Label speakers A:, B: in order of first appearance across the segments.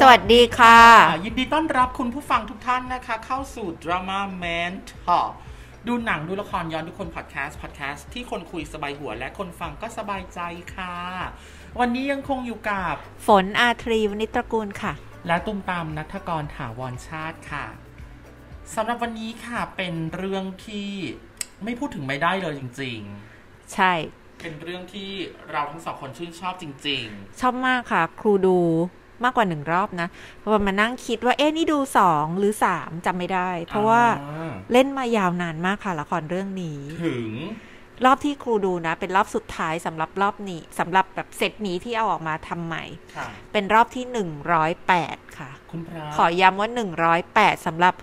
A: สวัสดีค่ะ
B: ค่ะยินดีต้อนรับคุณผู้ฟังทุกท่านนะคะ เข้าสู่ Drama Man Talk ดูหนังดูละครย้อนทุกคนพอดแคสต์พอดแคสต์ที่คนคุยสบายหัวและคนฟังก็สบายใจค่ะ วันนี้ยังคงอยู่กับ
A: ฝนอาทรีวณิชตระกูลค่ะ
B: และตุ้มตามนัทกรถาวรชาติค่ะสำหรับวันนี้ค่ะเป็นเรื่องที่ไม่พูดถึงไม่ได้เลยจริง
A: ใช่
B: ๆ เป็นเรื่องที่เราทั้งสองคนชื่นชอบจริง
A: ชอบมากค่ะ ครูดูมากกว่าหนึ่งรอบนะเพราะว่ามานั่งคิดว่าเอ๊ะนี่ดูสองหรือสามจำไม่ได้
B: ๆ
A: เพราะว่า
B: อ่
A: เล่นมายาวนานมากค่ะละครเรื่องนี้
B: ถึง
A: รอบที่ครูดูนะ เป็นรอบสุดท้ายสำหรับรอบนี้สำหรับแบบเซตนี้ที่เอาออกมาทำใหม่
B: ค่ะ
A: เป็นรอบที่ 108 ค่ะ
B: คุณพระ
A: ขอย้ำว่า 108สำหรับ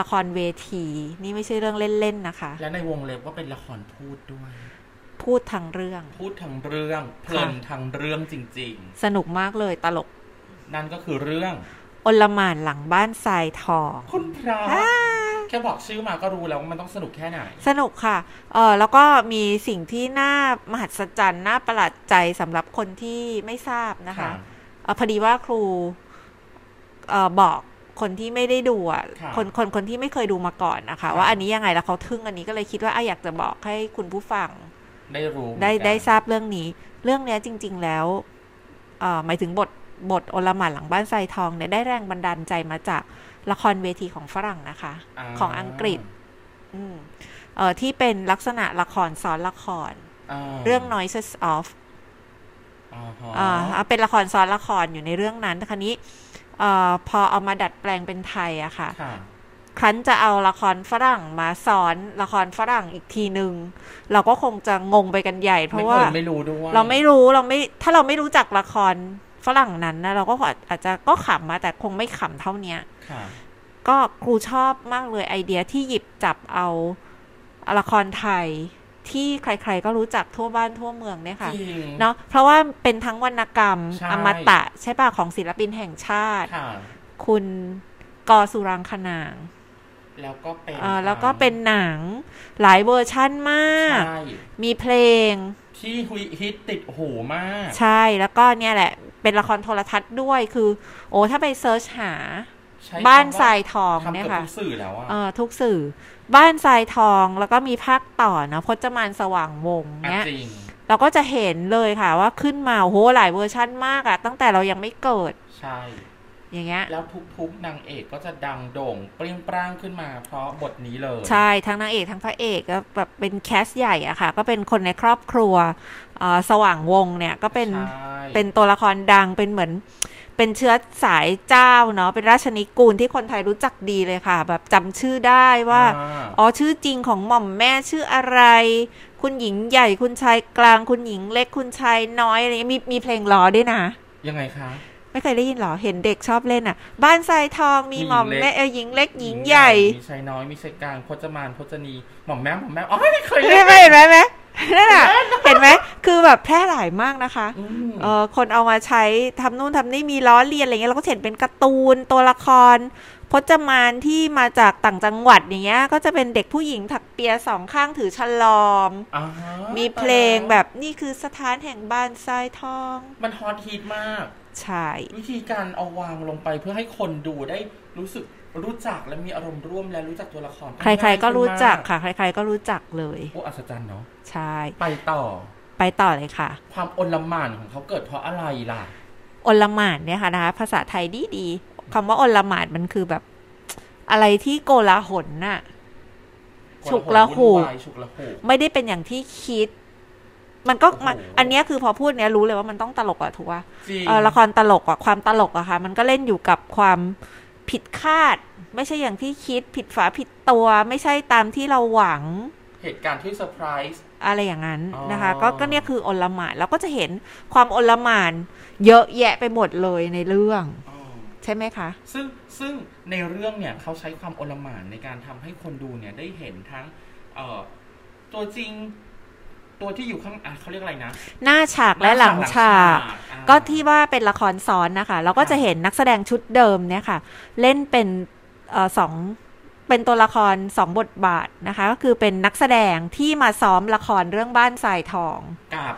A: ละครเวที นี่ไม่ใช่เรื่องเล่นๆนะคะ
B: และในวงเล็บว่าเป็นละครพูดด้วย
A: พูดทั้งเรื่อง
B: พูดทั้งเรื่องเพลินทั้งเรื่องจริง
A: สนุกมากเลยตลก
B: ๆ นั่นก็คือเรื่อง
A: อลหม่านหลังบ้านทรายทอง
B: คุณพระ
A: อ่า
B: แค่บอกชื่อมาก็รู้แล้วว่ามันต้องสนุกแค่ไหน
A: สนุกค่ะ เออแล้วก็มีสิ่งที่น่ามหัศจรรย์น่าประหลาดใจสำหรับคนที่ไม่ทราบนะคะเอ่อพอดีว่าครูเออบอกคนที่ไม่ได้ดูอ่ะ
B: ค่ะ
A: คนคนคนที่ไม่เคยดูมาก่อนนะคะ
B: ค่ะ
A: ว่าอันนี้ยังไงแล้วเขาทึ่งอันนี้ก็เลยคิดว่าอ่ะอยากจะบอกให้คุณผู้ฟัง
B: ได้รู้
A: ได้ได้
B: เหมือนกัน
A: ทราบเรื่องนี้ เรื่องเนี้ยจริง ๆ แล้วเอ่อหมายถึงบทบทโอลหม่านหลังบ้านไซทองเนี่ยได้แรงบันดาลใจมาจากละครเวทีของฝรั่งนะคะ
B: า
A: ของอังกฤษ อืมเอ่อที่เป็นลักษณะละครซ้อนละคร
B: า
A: เรื่อง Noises Off
B: อ่าฮะ
A: อ่าเป็นละครซ้อนละครอยู่ในเรื่องนั้นแต่คราวนี้เอ่อพอเอามาดัดแปลงเป็นไทยอะค่ะ
B: ค่ะ
A: ครั้นจะเอาละครฝรั่งมาสอนละครฝรั่งอีกทีนึง เราก็คงจะงงไปกันใหญ่ เพ
B: ไม่
A: ราะ
B: เค
A: ว่า
B: ยไม่รู้ด้วย
A: เราไม่รู้เราไม่ถ้าเราไม่รู้จักละครฝรั่งนั้นนะเราก็อาจอาจจะก็ขำมาแต่คงไม่ขำเท่าเนี้ย
B: ค่ะ
A: ก็ครูชอบมากเลยไอเดียที่หยิบจับเอาละครไทยที่ใครๆก็รู้จักทั่วบ้านทั่วเมืองเนี่ยค่ะ
B: จริง
A: เนาะเพราะว่าเป็นทั้งวรรณกรรม
B: ใช่
A: อมตะใช่ป่ะของศิลปินแห่งชาติ
B: ค่ะ
A: คุณกอสุรังคนาง
B: แล้วก็เป็น
A: เอ่อแล้วก็เป็นหนังหลายเวอร์ชั่นมาก
B: ใช่
A: มีเพลง
B: ที่ฮิตติดหูมาก
A: ใช่แล้วก็เนี่ยแหละ เป็นละครโทรทัศน์ด้วยคือ โอ้ถ้าไปเซิร์ชหา
B: ใช้
A: บ้าน
B: คำว่
A: ทรายทอง
B: ทำ
A: เนี่ย
B: กับ
A: ค่ะ
B: ทุกสื่อแล้วอะ
A: เออทุกสื่อ บ้านทรายทองแล้วก็มีภาคต่อนะพจมานสว่างวงศ์
B: ะ
A: เนี่ย
B: จริง
A: เราก็จะเห็นเลยค่ะว่าขึ้นมาโอ้โหหลายเวอร์ชั่นมากอะตั้งแต่เรายังไม่เกิด
B: ใช่
A: อย่างเงี้ย
B: แล้วทุกๆนางเอกก็จะดังโด่ง เปรี้ยงปร้างขึ้นมาเพราะบทนี้เลย
A: ใช่ทั้งนางเอกทั้งพระเอกก็แบบเป็นแคสใหญ่อะค่ะ ก็เป็นคนในครอบครัวเอ่อสว่างวงศ์เนี่ยก็เป็น
B: ใช่
A: เป็นตัวละครดังเป็นเหมือน เป็นเชื้อสายเจ้าเนาะเป็นราชนิกูลที่คนไทยรู้จักดีเลยค่ะ แบบจำชื่อได้ว่า
B: อ่า
A: อ๋อชื่อจริงของหม่อมแม่ชื่ออะไร คุณหญิงใหญ่คุณชายกลางคุณหญิงเล็กคุณชายน้อยอะไรเงี้ยมีมีเพลงล้อด้วยนะ
B: ยังไงคะ
A: ไม่เคยได้ยินหรอเห็นเด็กชอบเล่นอ่ะ บ้านทรายทองมีหม่อมแม่เออหญิงเล็กหญิงใหญ่
B: มีชายน้อย มีชายกลาง พจมาน พจนี หม่อมแม่หม่อมแม่อ๋อไม่เคย
A: เห็นไหมเห็นไหมเห็นไหมนั่นแหละเห็นไหมคือแบบแพร่หลายมากนะคะ
B: อืม
A: เออคนเอามาใช้ทำนู่นทำนี่มีล้อเลียนอะไรเงี้ยเราก็เห็นเป็นการ์ตูนตัวละคร พจมานที่มาจากต่างจังหวัดอย่างเงี้ย ก็จะเป็นเด็กผู้หญิงถักเปียสองข้างถือฉลอม
B: า
A: มีเพลงแบบนี่คือสถานแห่งบ้านทรายทอง
B: มันฮอตฮิตมาก
A: ใช่
B: วิธีการเอาวางลงไปเพื่อให้คนดูได้รู้สึกรู้จักและมีอารมณ์ร่วมและรู้จักตัวละคร
A: ใครๆก็รู้จัก
B: ง่ายขึ้นมา
A: ค่ะ ใคร ๆก็รู้จักเลย
B: โอ้อัศจรรย์เนาะ
A: ใช่
B: ไปต่อ
A: ไปต่อเลยค่ะ
B: ความอลหม่านของเขาเกิดเพราะอะไรล่ะ
A: อลหม่านเนี่ยค่ะนะคะภาษาไทยดีดีๆคำว่าอลหม่านมันคือแบบ อะไรที่โกลาหลน่ะ ฉุกละหุ
B: วุ่น
A: ก
B: วายฉุกละหุก
A: ไม่ได้เป็นอย่างที่คิด มันก็มัน
B: โอ้โห
A: อันเนี้ยคือพอพูดเนี้ยรู้เลยว่ามันต้องตลกอะถูกป่ะ
B: จริง
A: เออละครตลกอะความตลกอะค่ะ มันก็เล่นอยู่กับความผิดคาด ไม่ใช่อย่างที่คิด ผิดฝาผิดตัว ไม่ใช่ตามที่เราหวัง
B: เหตุการณ์ที่เซอร์ไพรส์
A: อะไรอย่างนั้น
B: อ๋อ
A: นะคะ ก็ก็เนี่ยคืออลหม่านเราก็จะเห็นความอลหม่านเยอะแยะไปหมดเลยในเรื่อง ใช่ไหมคะ
B: ซึ่งซึ่งในเรื่องเนี่ยเขาใช้ความโอลหม่านในการทำให้คนดูเนี่ยได้เห็นทั้งเอ่อตัวจริง ตัวที่อยู่ข้างอ่ะเขาเรียกอะไรนะ
A: หน้าฉากและหลังฉาก
B: อ่า
A: ก็ที่ว่าเป็นละครซ้อนนะคะ เราก็จะเห็นนักแสดงชุดเดิมเนี่ยค่ะ เล่นเป็นเออสองเป็นตัวละครสองบทบาทนะคะ ก็คือเป็นนักแสดงที่มาซ้อมละครเรื่องบ้านทรายทอง
B: กับ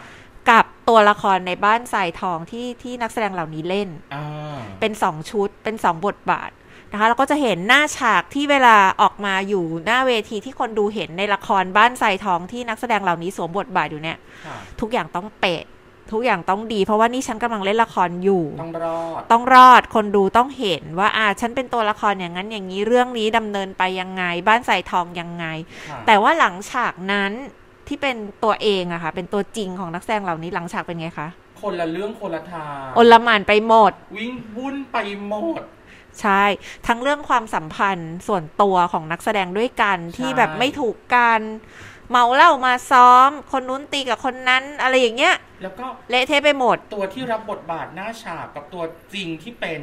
A: กับ ตัวละครในบ้านทรายทองที่ที่นักแสดงเหล่านี้เล่น
B: อ่า
A: เป็นสองชุดเป็นสองบทบาทนะคะแล้วก็จะเห็นหน้าฉากที่เวลาออกมาอยู่หน้าเวทีที่คนดูเห็นในละครบ้านทรายทองที่นักแสดงเหล่านี้สวมบทบาทอยู่เนี่ย
B: ค่ะ
A: ทุกอย่างต้องเป๊ะทุกอย่างต้องดี เพราะว่านี่ฉันกำลังเล่นละครอยู่
B: ต้องรอด
A: ต้องรอดคนดูต้องเห็นว่าอ่าฉันเป็นตัวละครอย่างนั้นอย่างนี้เรื่องนี้ดำเนินไปยังไง บ้านใส่ทองยังไง
B: ค่ะ
A: แต่ว่าหลังฉากนั้นที่เป็นตัวเองอะค่ะ เป็นตัวจริงของนักแสดงเหล่านี้หลังฉากเป็นไงคะ
B: คนละเรื่องคนละทาง
A: อลหม่านไปหมด
B: วิ่งวุ่นไปหมด
A: ใช่ ทั้งเรื่องความสัมพันธ์ส่วนตัวของนักแสดงด้วยกันที่
B: ใช่
A: แบบไม่ถูกกันเมาเหล้ามาซ้อม คนนู้นตีกับคนนั้น อะไรอย่างเงี้ย
B: แล้วก็
A: เละเทะไปหมด
B: ตัวที่รับบทบาทหน้าฉากกับตัวจริงที่เป็น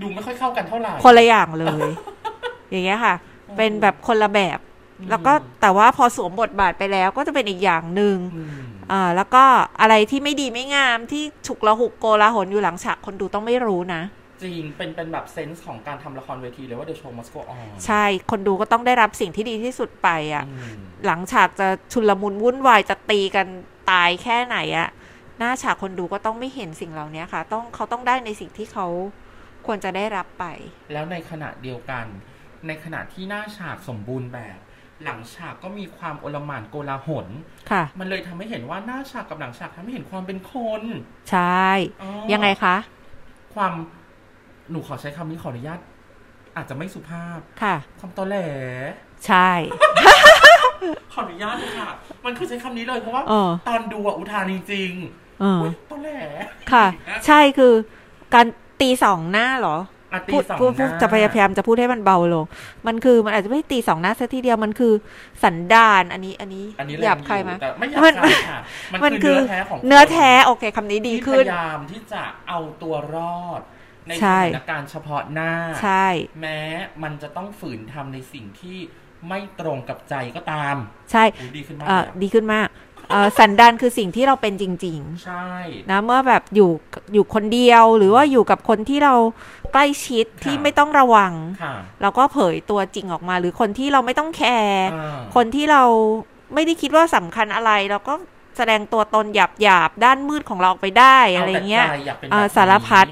B: ดูไม่ค่อยเข้ากันเท่าไหร่
A: คนละอย่างเลย อย่างเงี้ยค่ะ
B: อืม
A: เป็นแบบคนละแบบ
B: อืม
A: แล้วก็แต่ว่าพอสวมบทบาทไปแล้วก็จะเป็นอีกอย่างหนึ่ง
B: อืม
A: อ่าแล้วก็อะไรที่ไม่ดีไม่งามที่ฉุกละหุกโกลาหลอยู่หลังฉากคนดูต้องไม่รู้นะ
B: จริงเป็นเป็นแบบเซนส์ของการทำละครเวทีเลยว่า The Show Must Go On
A: ใช่คนดูก็ต้องได้รับสิ่งที่ดีที่สุดไปอะ่ะ
B: อืม
A: หลังฉากจะชุลมุนวุ่นวายจะตีกันตายแค่ไหนอะ่ะ หน้าฉากคนดูก็ต้องไม่เห็นสิ่งเหล่านี้ค่ะ ต้องเขาต้องได้ในสิ่งที่เขาควรจะได้รับไป
B: แล้วในขณะเดียวกัน ในขณะที่หน้าฉากสมบูรณ์แบบ หลังฉากก็มีความโอลหม่านโกลาหล
A: ค่ะ
B: มันเลยทำให้เห็นว่าหน้าฉากกับหลังฉากทำให้เห็นความเป็นคน
A: ใช่
B: อ๋อ
A: ยังไงคะ
B: ความหนูขอใช้คำนี้ขออนุญาตอาจจะไม่สุภาพ
A: ค่ะ
B: ความตอแหล
A: ใช่
B: ขออนุญาตเลยค่ะ มันคือใช้คำนี้เลยเพราะว่า
A: เออ
B: ตอนดูอะอุทานจริง
A: เอ
B: ๆ
A: อ
B: อุ๊ยตอแหล
A: ค่ะ ใช่คือการตีสองหน้าเหรอ
B: อะตี
A: พูด
B: สอง
A: พูดพูด
B: หน้
A: จะพยายามจะพูดให้มันเบาลง มันคือมันอาจจะไม่ได้ตีสองหน้าซะทีเดียวมันคือสันดานอันนี้อันนี้
B: อันนี้
A: หยาบคายไหม
B: แต่ไม่หยาบ
A: มัน
B: คายค่ะ
A: มั
B: มัน นคื
A: คื
B: อ
A: อ
B: เนื้อแท้ของ
A: เนื้อแท้โอเคคำนี้ดี
B: ที่พ
A: ขึ้น
B: ยายามที่จะเอาตัวรอด ในส
A: ใช่
B: ถานการณ์เฉพาะหน้า
A: ใช่
B: แม้มันจะต้องฝืนทำในสิ่งที่ไม่ตรงกับใจก็ตาม
A: ใช่
B: อุ๊ยดีขึ้นมาก
A: เอ่อ
B: เลยอะ
A: ดีขึ้นมากเอ่อสันดานคือสิ่งที่เราเป็นจริง
B: ใช่
A: ๆ นะเมื่อแบบอยู่อยู่คนเดียวหรือว่าอยู่กับคนที่เราใกล้ชิดที่
B: ค่ะ
A: ไม่ต้องระวัง
B: ค่ะ
A: เราก็เผยตัวจริงออกมาหรือคนที่เราไม่ต้องแคร์
B: อ่า
A: คนที่เราไม่ได้คิดว่าสำคัญอะไร เราก็แสดงตัวตนหยาบหยาบๆด้านมืดของเราออกไปได้อะไรเงี้ย
B: อาแต่ใจากป็น
A: เอ่อ
B: แบบนี้
A: สารพัด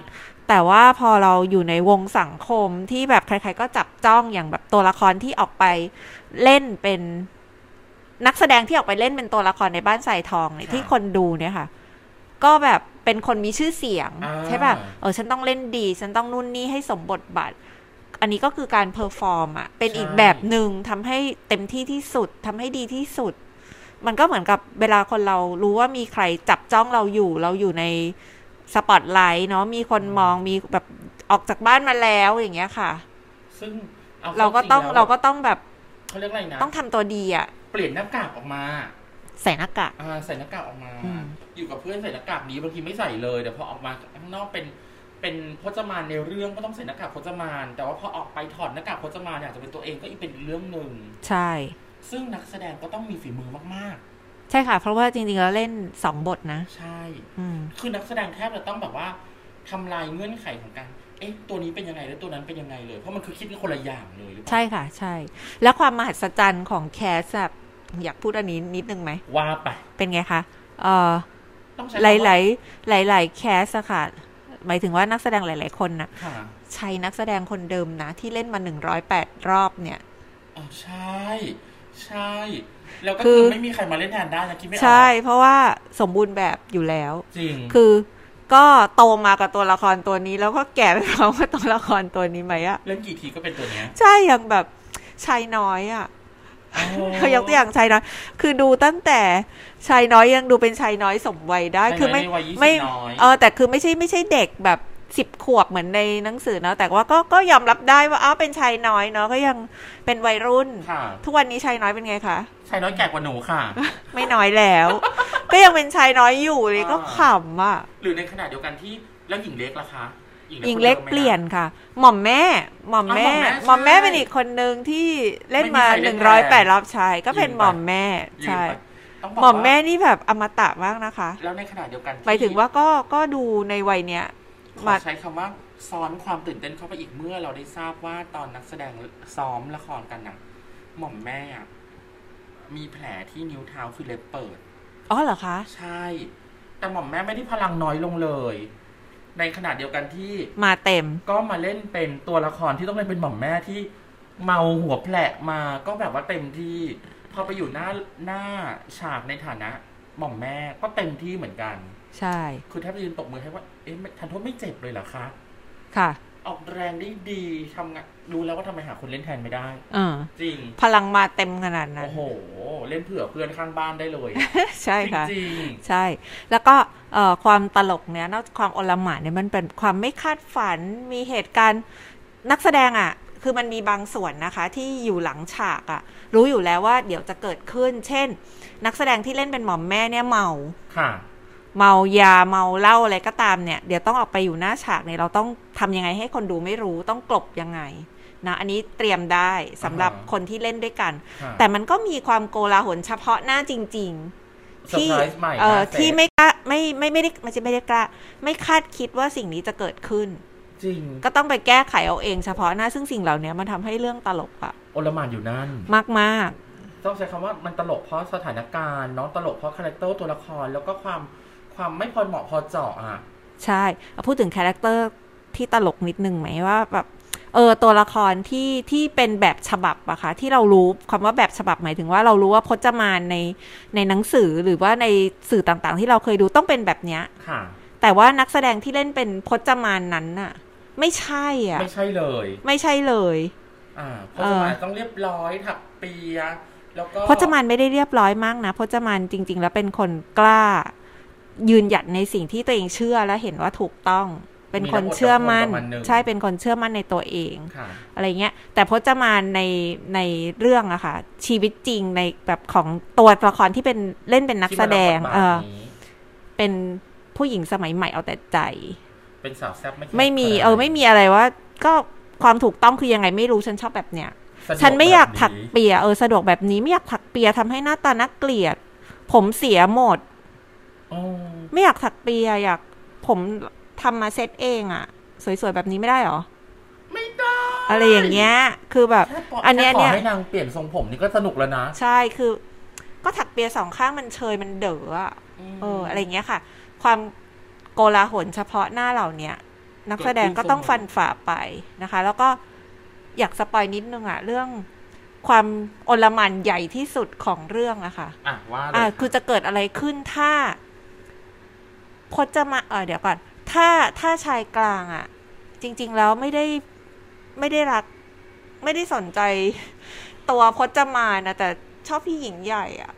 A: แต่ว่าพอเราอยู่ในวงสังคมที่แบบใครๆก็จับจ้องอย่างแบบตัวละครที่ออกไปเล่นเป็นนักแสดงที่ออกไปเล่นเป็นตัวละครในบ้านสายทองเนี่ยที่คนดูเนี่ยค่ะ ก็แบบเป็นคนมีชื่อเสียง
B: อ่า
A: ใช่ป่ะเออฉันต้องเล่นดี ฉันต้องนู่นนี่ให้สมบทบาท อันนี้ก็คือการเพอร์ฟอร์มอ่ะ เป็น
B: ใช่
A: อีกแบบหนึ่งทำให้เต็มที่ที่สุดทำให้ดีที่สุด มันก็เหมือนกับเวลาคนเรารู้ว่ามีใครจับจ้องเราอยู่ เราอยู่ในสปอตไลท์เนาะมีคนมองมีแบบออกจากบ้านมาแล้วอย่างเงี้ยค่ะ
B: ซึ่งอข้
A: เราก็ต้อง
B: จแล้ว
A: เราก็ต้องแบบ
B: เขาเรียกอะไรนะ
A: ต้องทำตัวดีอะ
B: เปลี่ยนหน้ากากออกมา
A: ใส่หน้ากาก
B: อ่าใส่หน้ากากออกมา
A: อืม
B: อยู่กับเพื่อนใส่หน้ากากนี้บางทีไม่ใส่เลยเดี๋ยวพอออกมาข้างนอกเป็นเป็นพจมานในเรื่องก็ต้องใส่หน้ากากพจมาน แต่ว่าพอออกไปถอดหน้ากากพจมานอยากจะเป็นตัวเองก็อีกเป็นอีกเรื่องหนึ่ง
A: ใช่
B: ซึ่งนักแสดงก็ต้องมีฝีมือมาก
A: ใช่ค่ะ เพราะว่าจริงๆแล้วเล่นสองบทนะ
B: ๆ ใช่
A: อืม
B: คือนักแสดงแทบจะต้องแบบว่าทำลายเงื่อนไขของการเอ๊ะตัวนี้เป็นยังไงแล้วตัวนั้นเป็นยังไงเลยเพราะมันคือคิดกันคนละอย่างเลยหรือเปล่า
A: ใช่ค่ะ ใช่ แล้วความมหัศจรรย์ของแคสแบบอยากพูดอันนี้นิดนึงไหม
B: ว่าไป
A: เป็นไงคะเอ่อ
B: ต้องใช้
A: ห
B: คำว่
A: ลายๆ หลาย ๆ แคสอะค่ะ หมายถึงว่านักแสดงหลาย ๆ คนนะ
B: ค่ะ
A: ใช้นักแสดงคนเดิมนะ ที่เล่นมา 108 รอบเนี่ย
B: อ๋อใช่ ใช่ แล้วก็
A: คื
B: คือ อไม่มีใครมาเล่นแทนได้นะคิดไม่ออก
A: ใช่ เพราะว่าสมบูรณ์แบบอยู่แล้ว
B: จริง
A: คือก็โตมากับตัวละครตัวนี้ แล้วก็แก่ไปพร้อมกับตัวละครตัวนี้ไหมอะ
B: เล่นกี่ทีก็เป็นตัวเนี้ย
A: ใช่อย่างแบบชายน้อยอะเขายกตัวอย่างชายน้อย คือดูตั้งแต่ชายน้อยยังดูเป็นชายน้อยสมวัยได้
B: คื
A: คืออ
B: ไม่
A: ไม่
B: วัยยี่สิ
A: ไม่
B: บน้อย
A: เออแต่คือไม่ใช่ไม่ใช่เด็กแบบสิบขวบเหมือนในหนังสือเนอะแต่ว่าก็ก็ยอมรับได้ว่าอ้าวเป็นชายน้อยเนาะก็ยังเป็นวัยรุ่น
B: ค่ะ
A: ทุกวันนี้ชายน้อยเป็นไงคะ
B: ชายน้อยแก่กว่าหนูค่ะ
A: ไม่น้อยแล้ว ก็ยังเป็นชายน้อยอยู่เลย
B: อ่า
A: ก็ขำอ่ะ
B: หรือในขณะเดียวกันที่แล้วหญิงเล็กล่ะคะ
A: หญิงเล็ก
B: ค
A: เป
B: ดิมไหมะ
A: ลี่ยนค่ะ หม่อมแม่ หม่อมแม่
B: อ่า
A: ห
B: หม่
A: ม่อ
B: อ
A: ม
B: มแม่
A: แม่
B: ใช่
A: เป็นอีกคนนึงที่เล่นมา
B: ไม่มีใคร
A: ห
B: เล่
A: นึ่
B: น
A: งร้อยแป
B: แท
A: ด
B: น
A: รอบชายก็เป็น
B: ยืนไป
A: หม่อมแม่
B: ยืน
A: ใช่
B: ไปต้องบก
A: หม่อม
B: ว่า
A: แม่นี่แบบอมตะมากนะคะ
B: แล้วในขณะเดียวกันที่
A: หมายถึงว่าก็ก็ดูในวัยเนี้ย
B: ขอใช้คำว่าซ้อนความตื่นเต้นเข้าไปอีกเมื่อเราได้ทราบว่าตอนนักแสดงซ้อมละครกันน่ะ หม่อมแม่อะมีแผลที่นิ้วเท้าคือเล็บเปิด
A: อ๋อเหรอคะ
B: ใช่ แต่หม่อมแม่ไม่ได้พลังน้อยลงเลย ในขณะเดียวกันที่
A: มาเต็ม
B: ก็มาเล่นเป็นตัวละครที่ต้องเล่นเป็นหม่อมแม่ที่เมาหัวแผลกมาก็แบบว่าเต็มที่ พอไปอยู่หน้าหน้าฉากในฐานะ หม่อมแม่ก็เต็มที่เหมือนกัน
A: ใช่
B: คือแทบจะยืนตบมือให้ว่า เอ๊ะไม่ทันโทษไม่เจ็บเลยเหรอคะ
A: ค่ะ
B: ออกแรงได้ดีทำงานรู้แล้วว่าทำไมหาคนเล่นแทนไม่ได้
A: เออ
B: จริง
A: พลังมาเต็มขนาดนั้น
B: โอ้โห เล่นเผื่อเพื่อนข้างบ้านได้เลย
A: ใช่
B: จ
A: ค่ะ
B: ริง
A: ใช่ แล้วก็เอ่อความตลกเนี้ยนอกจากความโอลหม่านเนี่ยมันเป็นความไม่คาดฝันมีเหตุการณ์นักแสดงอะ่ะ คือมันมีบางส่วนนะคะที่อยู่หลังฉากอะ่ะ รู้อยู่แล้วว่าเดี๋ยวจะเกิดขึ้น เช่น นักแสดงที่เล่นเป็นหมอมแม่เนี่ยเมา
B: ๆค่ะ
A: เมายาเมาเหล้าอะไรก็ตามเนี่ย เดี๋ยวต้องออกไปอยู่หน้าฉากเนี่ยเราต้องทำยังไงให้คนดูไม่รู้ต้องกลบยังไงนะอันนี้เตรียมได้สำหรับ
B: อ่าฮะ
A: คนที่เล่นด้วยกัน
B: ค่ะ
A: แต่มันก็มีความโกลาหลเฉพาะหน้าจริง ๆ
B: เซอร์
A: ที่
B: ไพรส์ใหม่
A: เอ่อ
B: นะเสร็จ
A: ที่ไม่กล้าไม่ไม่ไม่ได้ไม่ใช่ไม่ได้กล้า ไม่คาดคิดว่าสิ่งนี้จะเกิดขึ้น
B: จริง
A: ก็ต้องไปแก้ไขเอาเองเฉพาะหน้าซึ่งสิ่งเหล่านี้มันทำให้เรื่องตลกอะ
B: โอลหมานอยู่นั่น
A: มากมาก
B: ต้องใช้คำว่ามันตลกเพราะสถานการณ์เน้องตลกเพราะคาแรคเตอร์ตัวละครแล้วก็ความความไม่พอเหมาะพอเจาะอ่ะ
A: ๆใช่เอาพูดถึงคาแรคเตอร์ที่ตลกนิดนึงไหมว่าแบบเออตัวละครที่ที่เป็นแบบฉบับอะคะที่เรารู้คำว่าแบบฉบับหมายถึงว่าเรารู้ว่าพจมานในในหนังสือหรือว่าในสื่อต่างๆ ที่เราเคยดูต้องเป็นแบบเนี้ย
B: ค่ะ
A: แต่ว่านักแสดงที่เล่นเป็นพจมานนั้นน่ะ ไม่ใช่อะ
B: ไม่ใช่เลย
A: ไม่ใช่เลย
B: อ่าเพราะสมัยต้องเรียบร้อยถักเปีย แล้วก็
A: พจมานไม่ได้เรียบร้อยมากนะพจมานจริง ๆ แล้วเป็นคนกล้า ยืนหยัดในสิ่งที่ตัวเองเชื่อและเห็นว่าถูกต้อง เป็นคนเชื่อมั่น ใช่เป็นคนเชื่อมั่นในตัวเอง
B: ค่ะ
A: อะไรเงี้ย แต่พจมานในในเรื่องอะค่ะ ชีวิตจริงในแบบของตัวละครที่เป็นเล่นเป็นนักแสดง
B: ที่มา
A: เอ
B: รับบทบาท
A: อ
B: นี้
A: เป็นผู้หญิงสมัยใหม่เอาแต่ใจ
B: เป็นสาวแซ่บไม่
A: ไม่มี
B: แซ่บ
A: เออไม่มีอะไรว่า ก็ความถูกต้องคือยังไงไม่รู้ฉันชอบแบบเนี้ย
B: สะดว
A: ฉันไม่อยากถัก
B: แบบนี้
A: เปียเออสะดวกแบบนี้ไม่อยากถักเปียทำให้หน้าตาน่าเกลียด ผมเสียหมด
B: อ๋อ
A: ไม่อยากถักเปียอยากผมทำมาเซ็ตเองอะสวยๆแบบนี้ไม่ได้หรอ
B: ไม่ได้
A: อะไรอย่างเงี้ย คือแบบ
B: แค่ป
A: อันเนี้ย
B: แค่ข
A: เนี่ย
B: ให้นางเปลี่ยนทรงผมนี่ก็สนุกแล้วนะ
A: ใช่คือ ก็ถักเปียสองข้างมันเชยมันเด๋ออะเออ อะไรอย่างเงี้ยค่ะ ความโกลาหลเฉพาะหน้าเหล่าเนี้ยนักแสดงก็ต้องฟันฝ่าไปนะคะ แล้วก็อยากสปอยนิดนึงอะเรื่องความอลหมานใหญ่ที่สุดของเรื่องอะค่ะ
B: อ่ะว่าเลย
A: อ่าคือจะเกิดอะไรขึ้นถ้าพจมาเออเดี๋ยวก่อน ถ้าถ้าชายกลางอะ่ะ จริง ๆ แล้วไม่ได้ไม่ได้รัก ไม่ได้สนใจ ตัวพจมานนะแต่ชอบพี่หญิงใหญ่อะ่ะ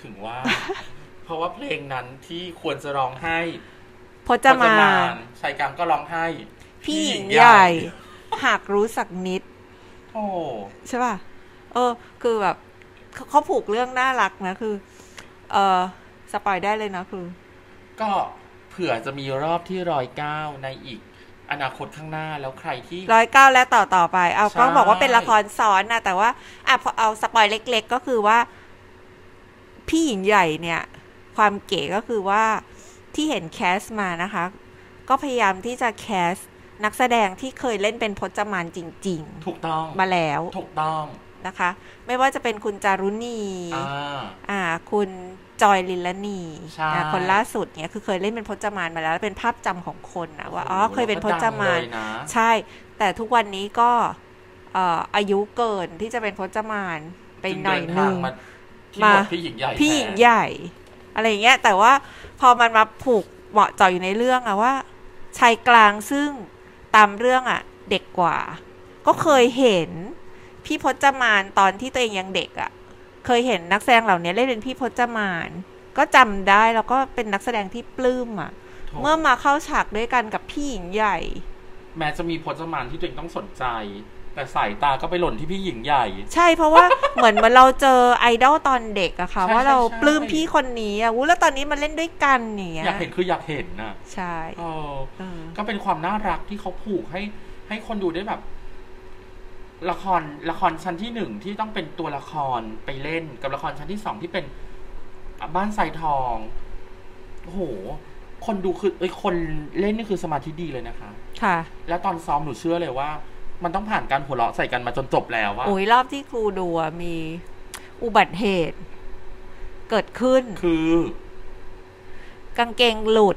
B: ถึงว่า เพราะว่าเพลงนั้นที่ควรจะร้องให้
A: พจมาน
B: ชายกลางก็ร้องไห้
A: พี่หญิงใหญ่ หากรู้สักนิด
B: โอ้
A: ใช่ป่ะ เออ คือแบบเขาเขาผูกเรื่องน่ารักนะคือ เออสปอยได้เลยนะคือ
B: ก็เผื่อจะมีรอบที่ร้อยเก้าในอีก อนาคตข้างหน้าแล้วใครที่
A: ร้อยเก้าและต่อต่อไป เอา
B: ใช่
A: ก็บอกว่าเป็นละครซ้อนนะแต่ว่าอ่ะพอเอาสปอยเล็ก ๆ ก็คือว่า พี่หญิงใหญ่เนี่ย ความเก๋ก็คือว่าที่เห็นแคสมานะคะ ก็พยายามที่จะแคสนักแสดงที่เคยเล่นเป็นพจมานจริง
B: ถูกต้อง
A: ๆ มาแล้ว
B: ถูกต้อง
A: นะคะ ไม่ว่าจะเป็นคุณจารุณี
B: อ่า
A: อ่า คุณจอยลิลลานี
B: ใช่
A: อ่าคนล่าสุดเนี่ยคือเคยเล่นเป็นพจมานมาแล้วแล้วเป็นภาพจำของคนนะว่าอ๋อเคยเป็นพจมาน
B: โอ้โหแล้วก็ดังเลยนะ
A: ใช่ แต่ทุกวันนี้ก็เอ่ออายุเกินที่จะเป็นพจมานไปหน่อยหนึง
B: จึเดิทามาที่
A: มา
B: บทพี่หญิงใหญ่
A: พี่หญิงใหญ่ อะไรอย่างเงี้ย แต่ว่าพอมันมาผูกเหมาะเจาะอยู่ในเรื่องอะว่าชายกลางซึ่งตามเรื่องอะเด็กกว่า ก็เคยเห็นพี่พจมานตอนที่ตัวเองยังเด็กอะเคยเห็นนักแสดงเหล่านี้เล่นเป็นพี่พจมาน ก็จำได้แล้วก็เป็นนักแสดงที่ปลื้มอะ
B: โถ
A: เมื่อมาเข้าฉากด้วยกันกับพี่หญิงใหญ่
B: แม้จะมีพจมานที่ตัวเองต้องสนใจ แต่สายตาก็ไปหล่นที่พี่หญิงใหญ่
A: ใช่เพราะ ว่า เหมือนเหมือนเราเจอไอดอลตอนเด็กอะค่ะ
B: ใช่
A: ว่าเรา
B: ใช่ใช่
A: ปลื้มพี่คนนี้อะวุ้แล้วตอนนี้มันเล่นด้วยกันอย่างเงี้ย
B: อยากเห็นคืออยากเห็นนะ
A: ใช่
B: เออ
A: เออ
B: ก็เป็นความน่ารักที่เขาผูกให้ ให้คนดูได้แบบ ละครละครชั้นที่หนึ่งที่ต้องเป็นตัวละครไปเล่นกับละครชั้นที่สองที่เป็นอ่ะบ้านทรายทองโอ้โห คนดูคือเอ้ยคนเล่นนี่คือสมาธิดีเลยนะคะ
A: ค่ะ
B: แล้วตอนซ้อมหนูเชื่อเลยว่า มันต้องผ่านการหัวเราะใส่กันมาจนจบแล้วว่า
A: โอ้ยรอบที่ครูดูอะมีอุบัติเหตุ เกิดขึ้น
B: คือ
A: กางเกงหลุด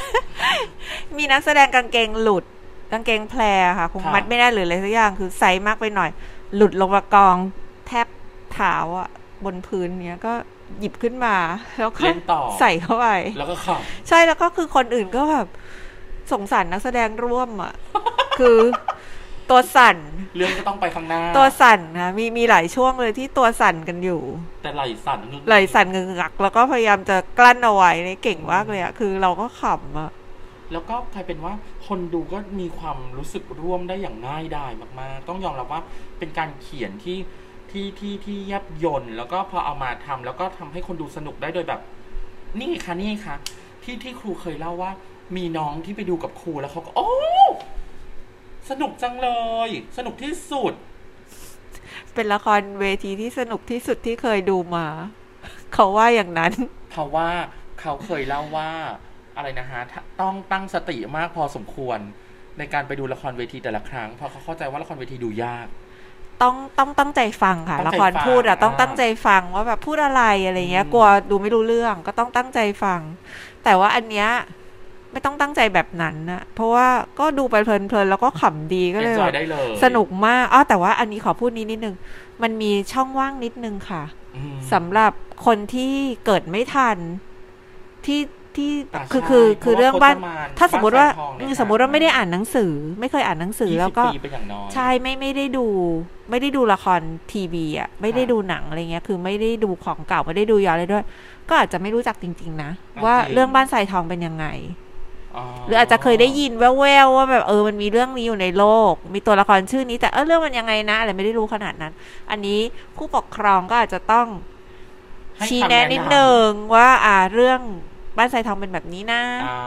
A: มีนักแสดงกางเกงหลุด กางเกงแพรค่ะคง
B: ครับ
A: มัดไม่ได้หรืออะไรสักอย่างคือไซส์มากไปหน่อย หลุดลงมากองแทบเท้าอะบนพื้นเนี้ยก็หยิบขึ้นมา แล้วก็
B: เล่นต่อ
A: ใส่เข้าไป
B: แล้วก็ขอบ
A: ใช่แล้วก็คือคนอื่นก็แบบสงสารนักแสดงร่วมอ่ะ คือตัวสั่น
B: เรื่องก็ต้องไปข้างหน้า
A: ตัวสั่นนะมีมีหลายช่วงเลยที่ตัวสั่นกันอยู่
B: แต่ไหลสั่นนุ่น
A: ไหลสั่นเงือกแล้วก็พยายามจะกลั้นเอาไว้เนี่ยเก่งมากเลยอะคือเราก็ขำอะ
B: แล้วก็กลายเป็นว่าคนดูก็มีความรู้สึกร่วมได้อย่างง่ายดายมาก ๆ ต้องยอมรับว่าเป็นการเขียนที่ที่ที่ที่ยับยนต์ แล้วก็พอเอามาทำแล้วก็ทำให้คนดูสนุกได้โดยแบบ นี่ค่ะนี่ค่ะที่ที่ครูเคยเล่าว่า มีน้องที่ไปดูกับครูแล้วเขาก็ โอ้สนุกจังเลย สนุกที่สุด
A: เป็นละครเวทีที่สนุกที่สุดที่เคยดูมา เขาว่าอย่างนั้น
B: เพราะว่าเขาเคยเล่าว่าอะไรนะฮะถ้าต้องตั้งสติมากพอสมควร ในการไปดูละครเวทีแต่ละครั้งเพราะเขาเข้าใจว่าละครเวทีดูยาก
A: ต้องต้องตั้งใจฟังค่ะ
B: ตั้งใจ
A: ละครพูดอะ
B: ฟัง
A: ต้อง
B: อ่า
A: ตั้งใจฟังว่าแบบพูดอะไรอะไรเงี้ย
B: อืม
A: กลัวดูไม่รู้เรื่องก็ต้องตั้งใจฟัง แต่ว่าอันเนี้ยไม่ต้องตั้งใจแบบนั้นนะเพราะว่าก็ดูไปเพลินๆแล้วก็ขำดีก็
B: เอ็
A: เล
B: น
A: ย
B: จอย
A: แบบ
B: ได้เลย
A: สนุกมากอ้อแต่ว่าอันนี้ขอพูดนี้นิดนึงมันมีช่องว่างนิดนึงค่ะ
B: อืม
A: สำหรับคนที่เกิดไม่ทันที่ที่
B: อ่า
A: คือ
B: ใช่
A: คือ
B: เพราะ
A: คือเรื่อง
B: ว่า
A: บ้าน
B: พจมาน
A: ถ้าสมมติว่า
B: บ้านแสนทองเนี่ย
A: อืมสมมติว่า
B: ค่ะ
A: ไม่ได้อ่านหนังสือ ไม่เคยอ่านหนังสือ
B: ยี่
A: แล้ว
B: สิบ
A: ก็
B: ปีเป็นอย่างน้อย
A: ใช่ไม่ไม่ได้ดู ไม่ได้ดูละครทีวีอ่ะไม่ได้
B: ค่ะ
A: ดูหนังอะไรเงี้ย คือไม่ได้ดูของเก่าไม่ได้ดูย้อนเลยด้วย ก็อาจจะไม่รู้จักจริง ๆ นะ
B: อ่า
A: ว่า
B: จริง
A: เรื่องบ้านทรายทองเป็นยังไง หรืออาจจะเคยได้ยินแว่วๆว่าแบบเออมันมีเรื่องนี้อยู่ในโลก มีตัวละครชื่อนี้แต่เออเรื่องมันยังไงนะอะไรไม่ได้รู้ขนาดนั้น อันนี้ผู้ปกครองก็อาจจะต้อง
B: ให้
A: ชี้
B: คำ
A: แนะนิดนึงว่าอ่าเรื่องบ้านทรายทองเป็นแบบนี้นะ
B: อ่า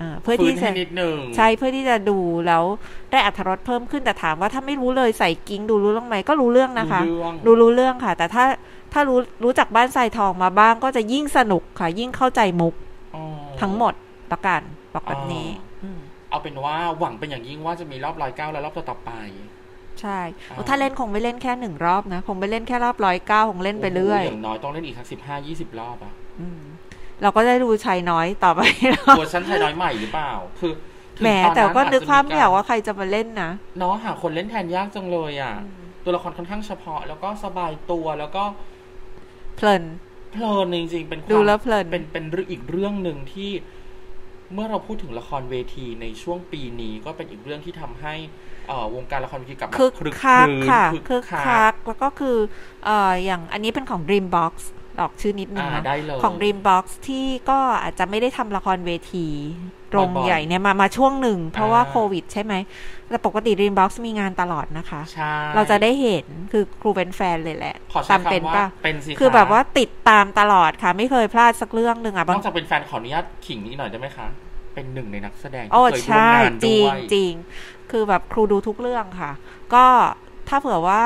A: อ่าเพื่อ
B: ฟื้
A: ที่
B: น
A: จะ
B: ให้นิดนึง
A: ใช่เพื่อที่จะดูแล้วได้อัธรสเพิ่มขึ้นแต่ถามว่าถ้าไม่รู้เลยใส่กิ้งดูรู้เรื่องไหมก็รู้เรื่องนะคะ
B: รู้เรื่อง
A: ดูรู้เรื่องค่ะ แต่ถ้าถ้ารู้รู้จักบ้านทรายทองมาบ้างก็จะยิ่งสนุกค่ะ ยิ่งเข้าใจมุก
B: อ๋อ
A: ทั้งหมดประกันบอกแบบนี้
B: อ๋อ
A: อืม
B: เอาเป็นว่าหวังเป็นอย่างยิ่งว่าจะมีรอบร้อยเก้าและรอบต่อๆไป
A: ใช่โอ้
B: อ๋อ
A: ถ้าเล่นคงไม่เล่นแค่หนึ่งรอบนะคงไม่เล่นแค่รอบร้อยเก้าคงเล่นไปเรื่อย
B: โโหอย่างน้อยต้องเล่นอีกสักสิบห้ายี่สิบรอบอะ
A: อืมเราก็ได้ดูชายน้อยต่อไปเนาะ
B: เวอร์ชันไทยน้อยใหม่หรือเปล่า คือถึง
A: แหม
B: อนนั้น
A: แต่ก็นึกภาพไม่ออก
B: จจะ
A: ว่าใครจะมาเล่นนะ
B: เนาะหาคนเล่นแทนยากจังเลยอ่ะ ตัวละครค่อนข้างเฉพาะ แล้วก็สบายตัวแล้วก็
A: เพลิน
B: เพลินจริงๆเป็นความ
A: ดูแล้วเพลิน
B: เป็นเป็นอีกเรื่องหนึ่งที่ เมื่อเราพูดถึงละครเวทีในช่วงปีนี้ก็เป็นอีกเรื่องที่ทำให้เอ่อวงการละครเวทีกลับมา
A: คึกคัก
B: รื้น
A: ค่ะ
B: คึ
A: คึ
B: ก
A: ก
B: คั
A: คั
B: ก
A: กแล้วก็คือเอ่ออย่างอันนี้เป็นของ Dreambox ออกชื่อนิดนึง
B: อ่า
A: นะ
B: ได้เลย
A: ของ Dreambox ที่ก็อาจจะไม่ได้ทำละครเวทีโรง
B: บ่อยๆ
A: ใหญ่เนี่ยมามาช่วงหนึ่ง เพราะว่า
B: อ่า
A: โควิดใช่ไหมแต่ปกติ Dreambox มีงานตลอดนะคะ
B: ใช่
A: เราจะได้เห็นคือครูเป็นแฟนเลยแหละ
B: ขอใช้
A: ตามเป็น
B: คำว่า
A: ป่ะ
B: เป็นสิะ
A: คือแบบว่าติดตามตลอดค่ะ ไม่เคยพลาดสักเรื่องหนึ่งอ่ะ
B: น
A: บาง
B: อกจากเป็นแฟนขออนุญาตขิงนี้หน่อยได้ไหมคะ เป็นหนึ่งในนักแสดงที่
A: โอ้
B: เคยร่วม
A: ใช่
B: งาน
A: จริ
B: ด้
A: ง
B: วย
A: จริงคือแบบครูดูทุกเรื่องค่ะ ก็ถ้าเผื่อว่า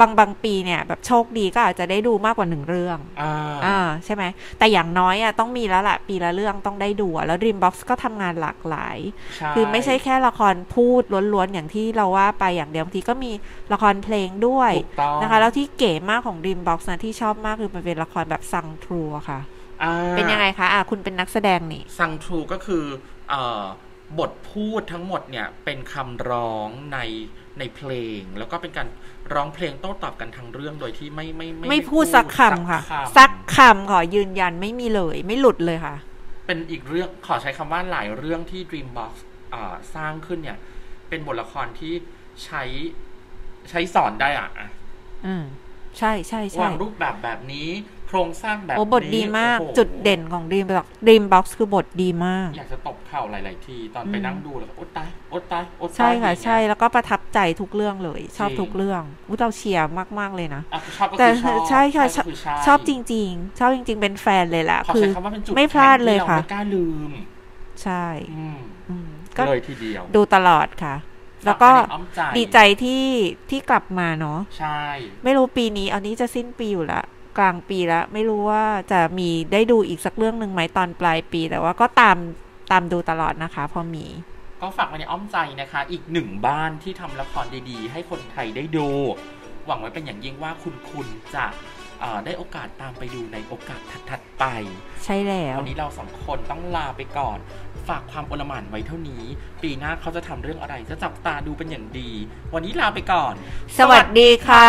A: บางบางปีเนี่ย แบบโชคดีก็อาจจะได้ดูมากกว่าหนึ่งเรื่อง
B: อ่า
A: อ่าใช่ไหม แต่อย่างน้อยอ่ะต้องมีแล้วละปีละเรื่องต้องได้ดูอะแล้ว Dreambox ก็ทำงานหลากหลาย
B: ใช่
A: คือไม่ใช่แค่ละครพูดล้วนๆ อย่างที่เราว่าไปอย่างเดียวบางทีก็มีละครเพลงด้วย
B: ถูกต้อง
A: นะคะ แล้วที่เก๋มากของ Dreambox นะที่ชอบมากคือมันเป็นละครแบบซังทรูอะค่ะ
B: อ่า
A: เป็นยังไงคะอ่ะคุณเป็นนักแสดงนี่
B: ซังทรูก็คือเอ่อบทพูดทั้งหมดเนี่ย เป็นคำร้องในในเพลง แล้วก็เป็นการร้องเพลงโต้ตอบกันทางเรื่องโดยที่ไม่ไม่
A: ไม่พูดสักคำค่ะ
B: สั
A: สั
B: ก
A: กคำขอยืนยันไม่มีเลย ไม่หลุดเลยค่ะ
B: เป็นอีกเรื่องขอใช้คำว่าหลายเรื่องที่ Dreambox อ่าสร้างขึ้นเนี่ย เป็นบทละครที่ใช้ใช้สอนได้อะอ่ะ
A: อืมใช่ใช่ใช่
B: วางรูปแบบแบบนี้ โครงสร้างแบบ
A: โอ้บทดี
B: นี้
A: มาก
B: โอ้โห
A: จุดเด่นของ Dream Box Dream Box คือบทดีมาก
B: อยากจะตบเข่าหลาย ๆ ทีตอน
A: อืม
B: ไปนั่งดูแล้วก็โอ๊ตตายโอ๊ตตายโอ๊ตตาย
A: ใช่ค่ะ
B: อย่างเงี้ย
A: ใช่แล้วก็ประทับใจทุกเรื่องเลย ชอบ
B: จริง
A: ทุกเรื่องอุ้ยเราเชียร์มาก ๆ เลยนะ
B: อ่ะชอบก็
A: แต่
B: คือชอบ
A: ใช่ค่ะ
B: ชอบก็คือใช่
A: ชอบจริง ๆ ชอบจริง ๆ เป็นแฟนเลยแหละ
B: ขอ
A: คื
B: ใช้
A: อ
B: คำว่าเป็นจุด
A: ไม่พลาดเลย
B: แข็งที่
A: ค่ะ
B: เราไม่กล้าลืม
A: ใช่
B: อืม
A: อืมก็
B: เลยทีเดียว
A: ดูตลอดค่ะ แล้วก็
B: ฝาไในอ้อมใจ
A: ดีใจที่ที่กลับมาเนาะ
B: ใช่
A: ไม่รู้ปีนี้เอานี้จะสิ้นปีอยู่ละกลางปีละไม่รู้ว่าจะมีได้ดูอีกสักเรื่องหนึ่งไหมตอนปลายปี แต่ว่าก็ตามตามดูตลอดนะคะพอมี
B: ก็ฝากไว้ในอ้อมใจนะคะ อีกหนึ่งบ้านที่ทำละครดี ๆ ให้คนไทยได้ดู หวังไว้เป็นอย่างยิ่งว่าคุณคุณจะ เอ่อได้โอกาสตามไปดูในโอกาสถัดๆไป
A: ใช่แล้ว
B: วันนี้เราสองคนต้องลาไปก่อน ฝากความโอลหมานไว้เท่านี้ ปีหน้าเขาจะทำเรื่องอะไร จะจับตาดูเป็นอย่างดี วันนี้ลาไปก่อน
A: สวัสดีค่ะ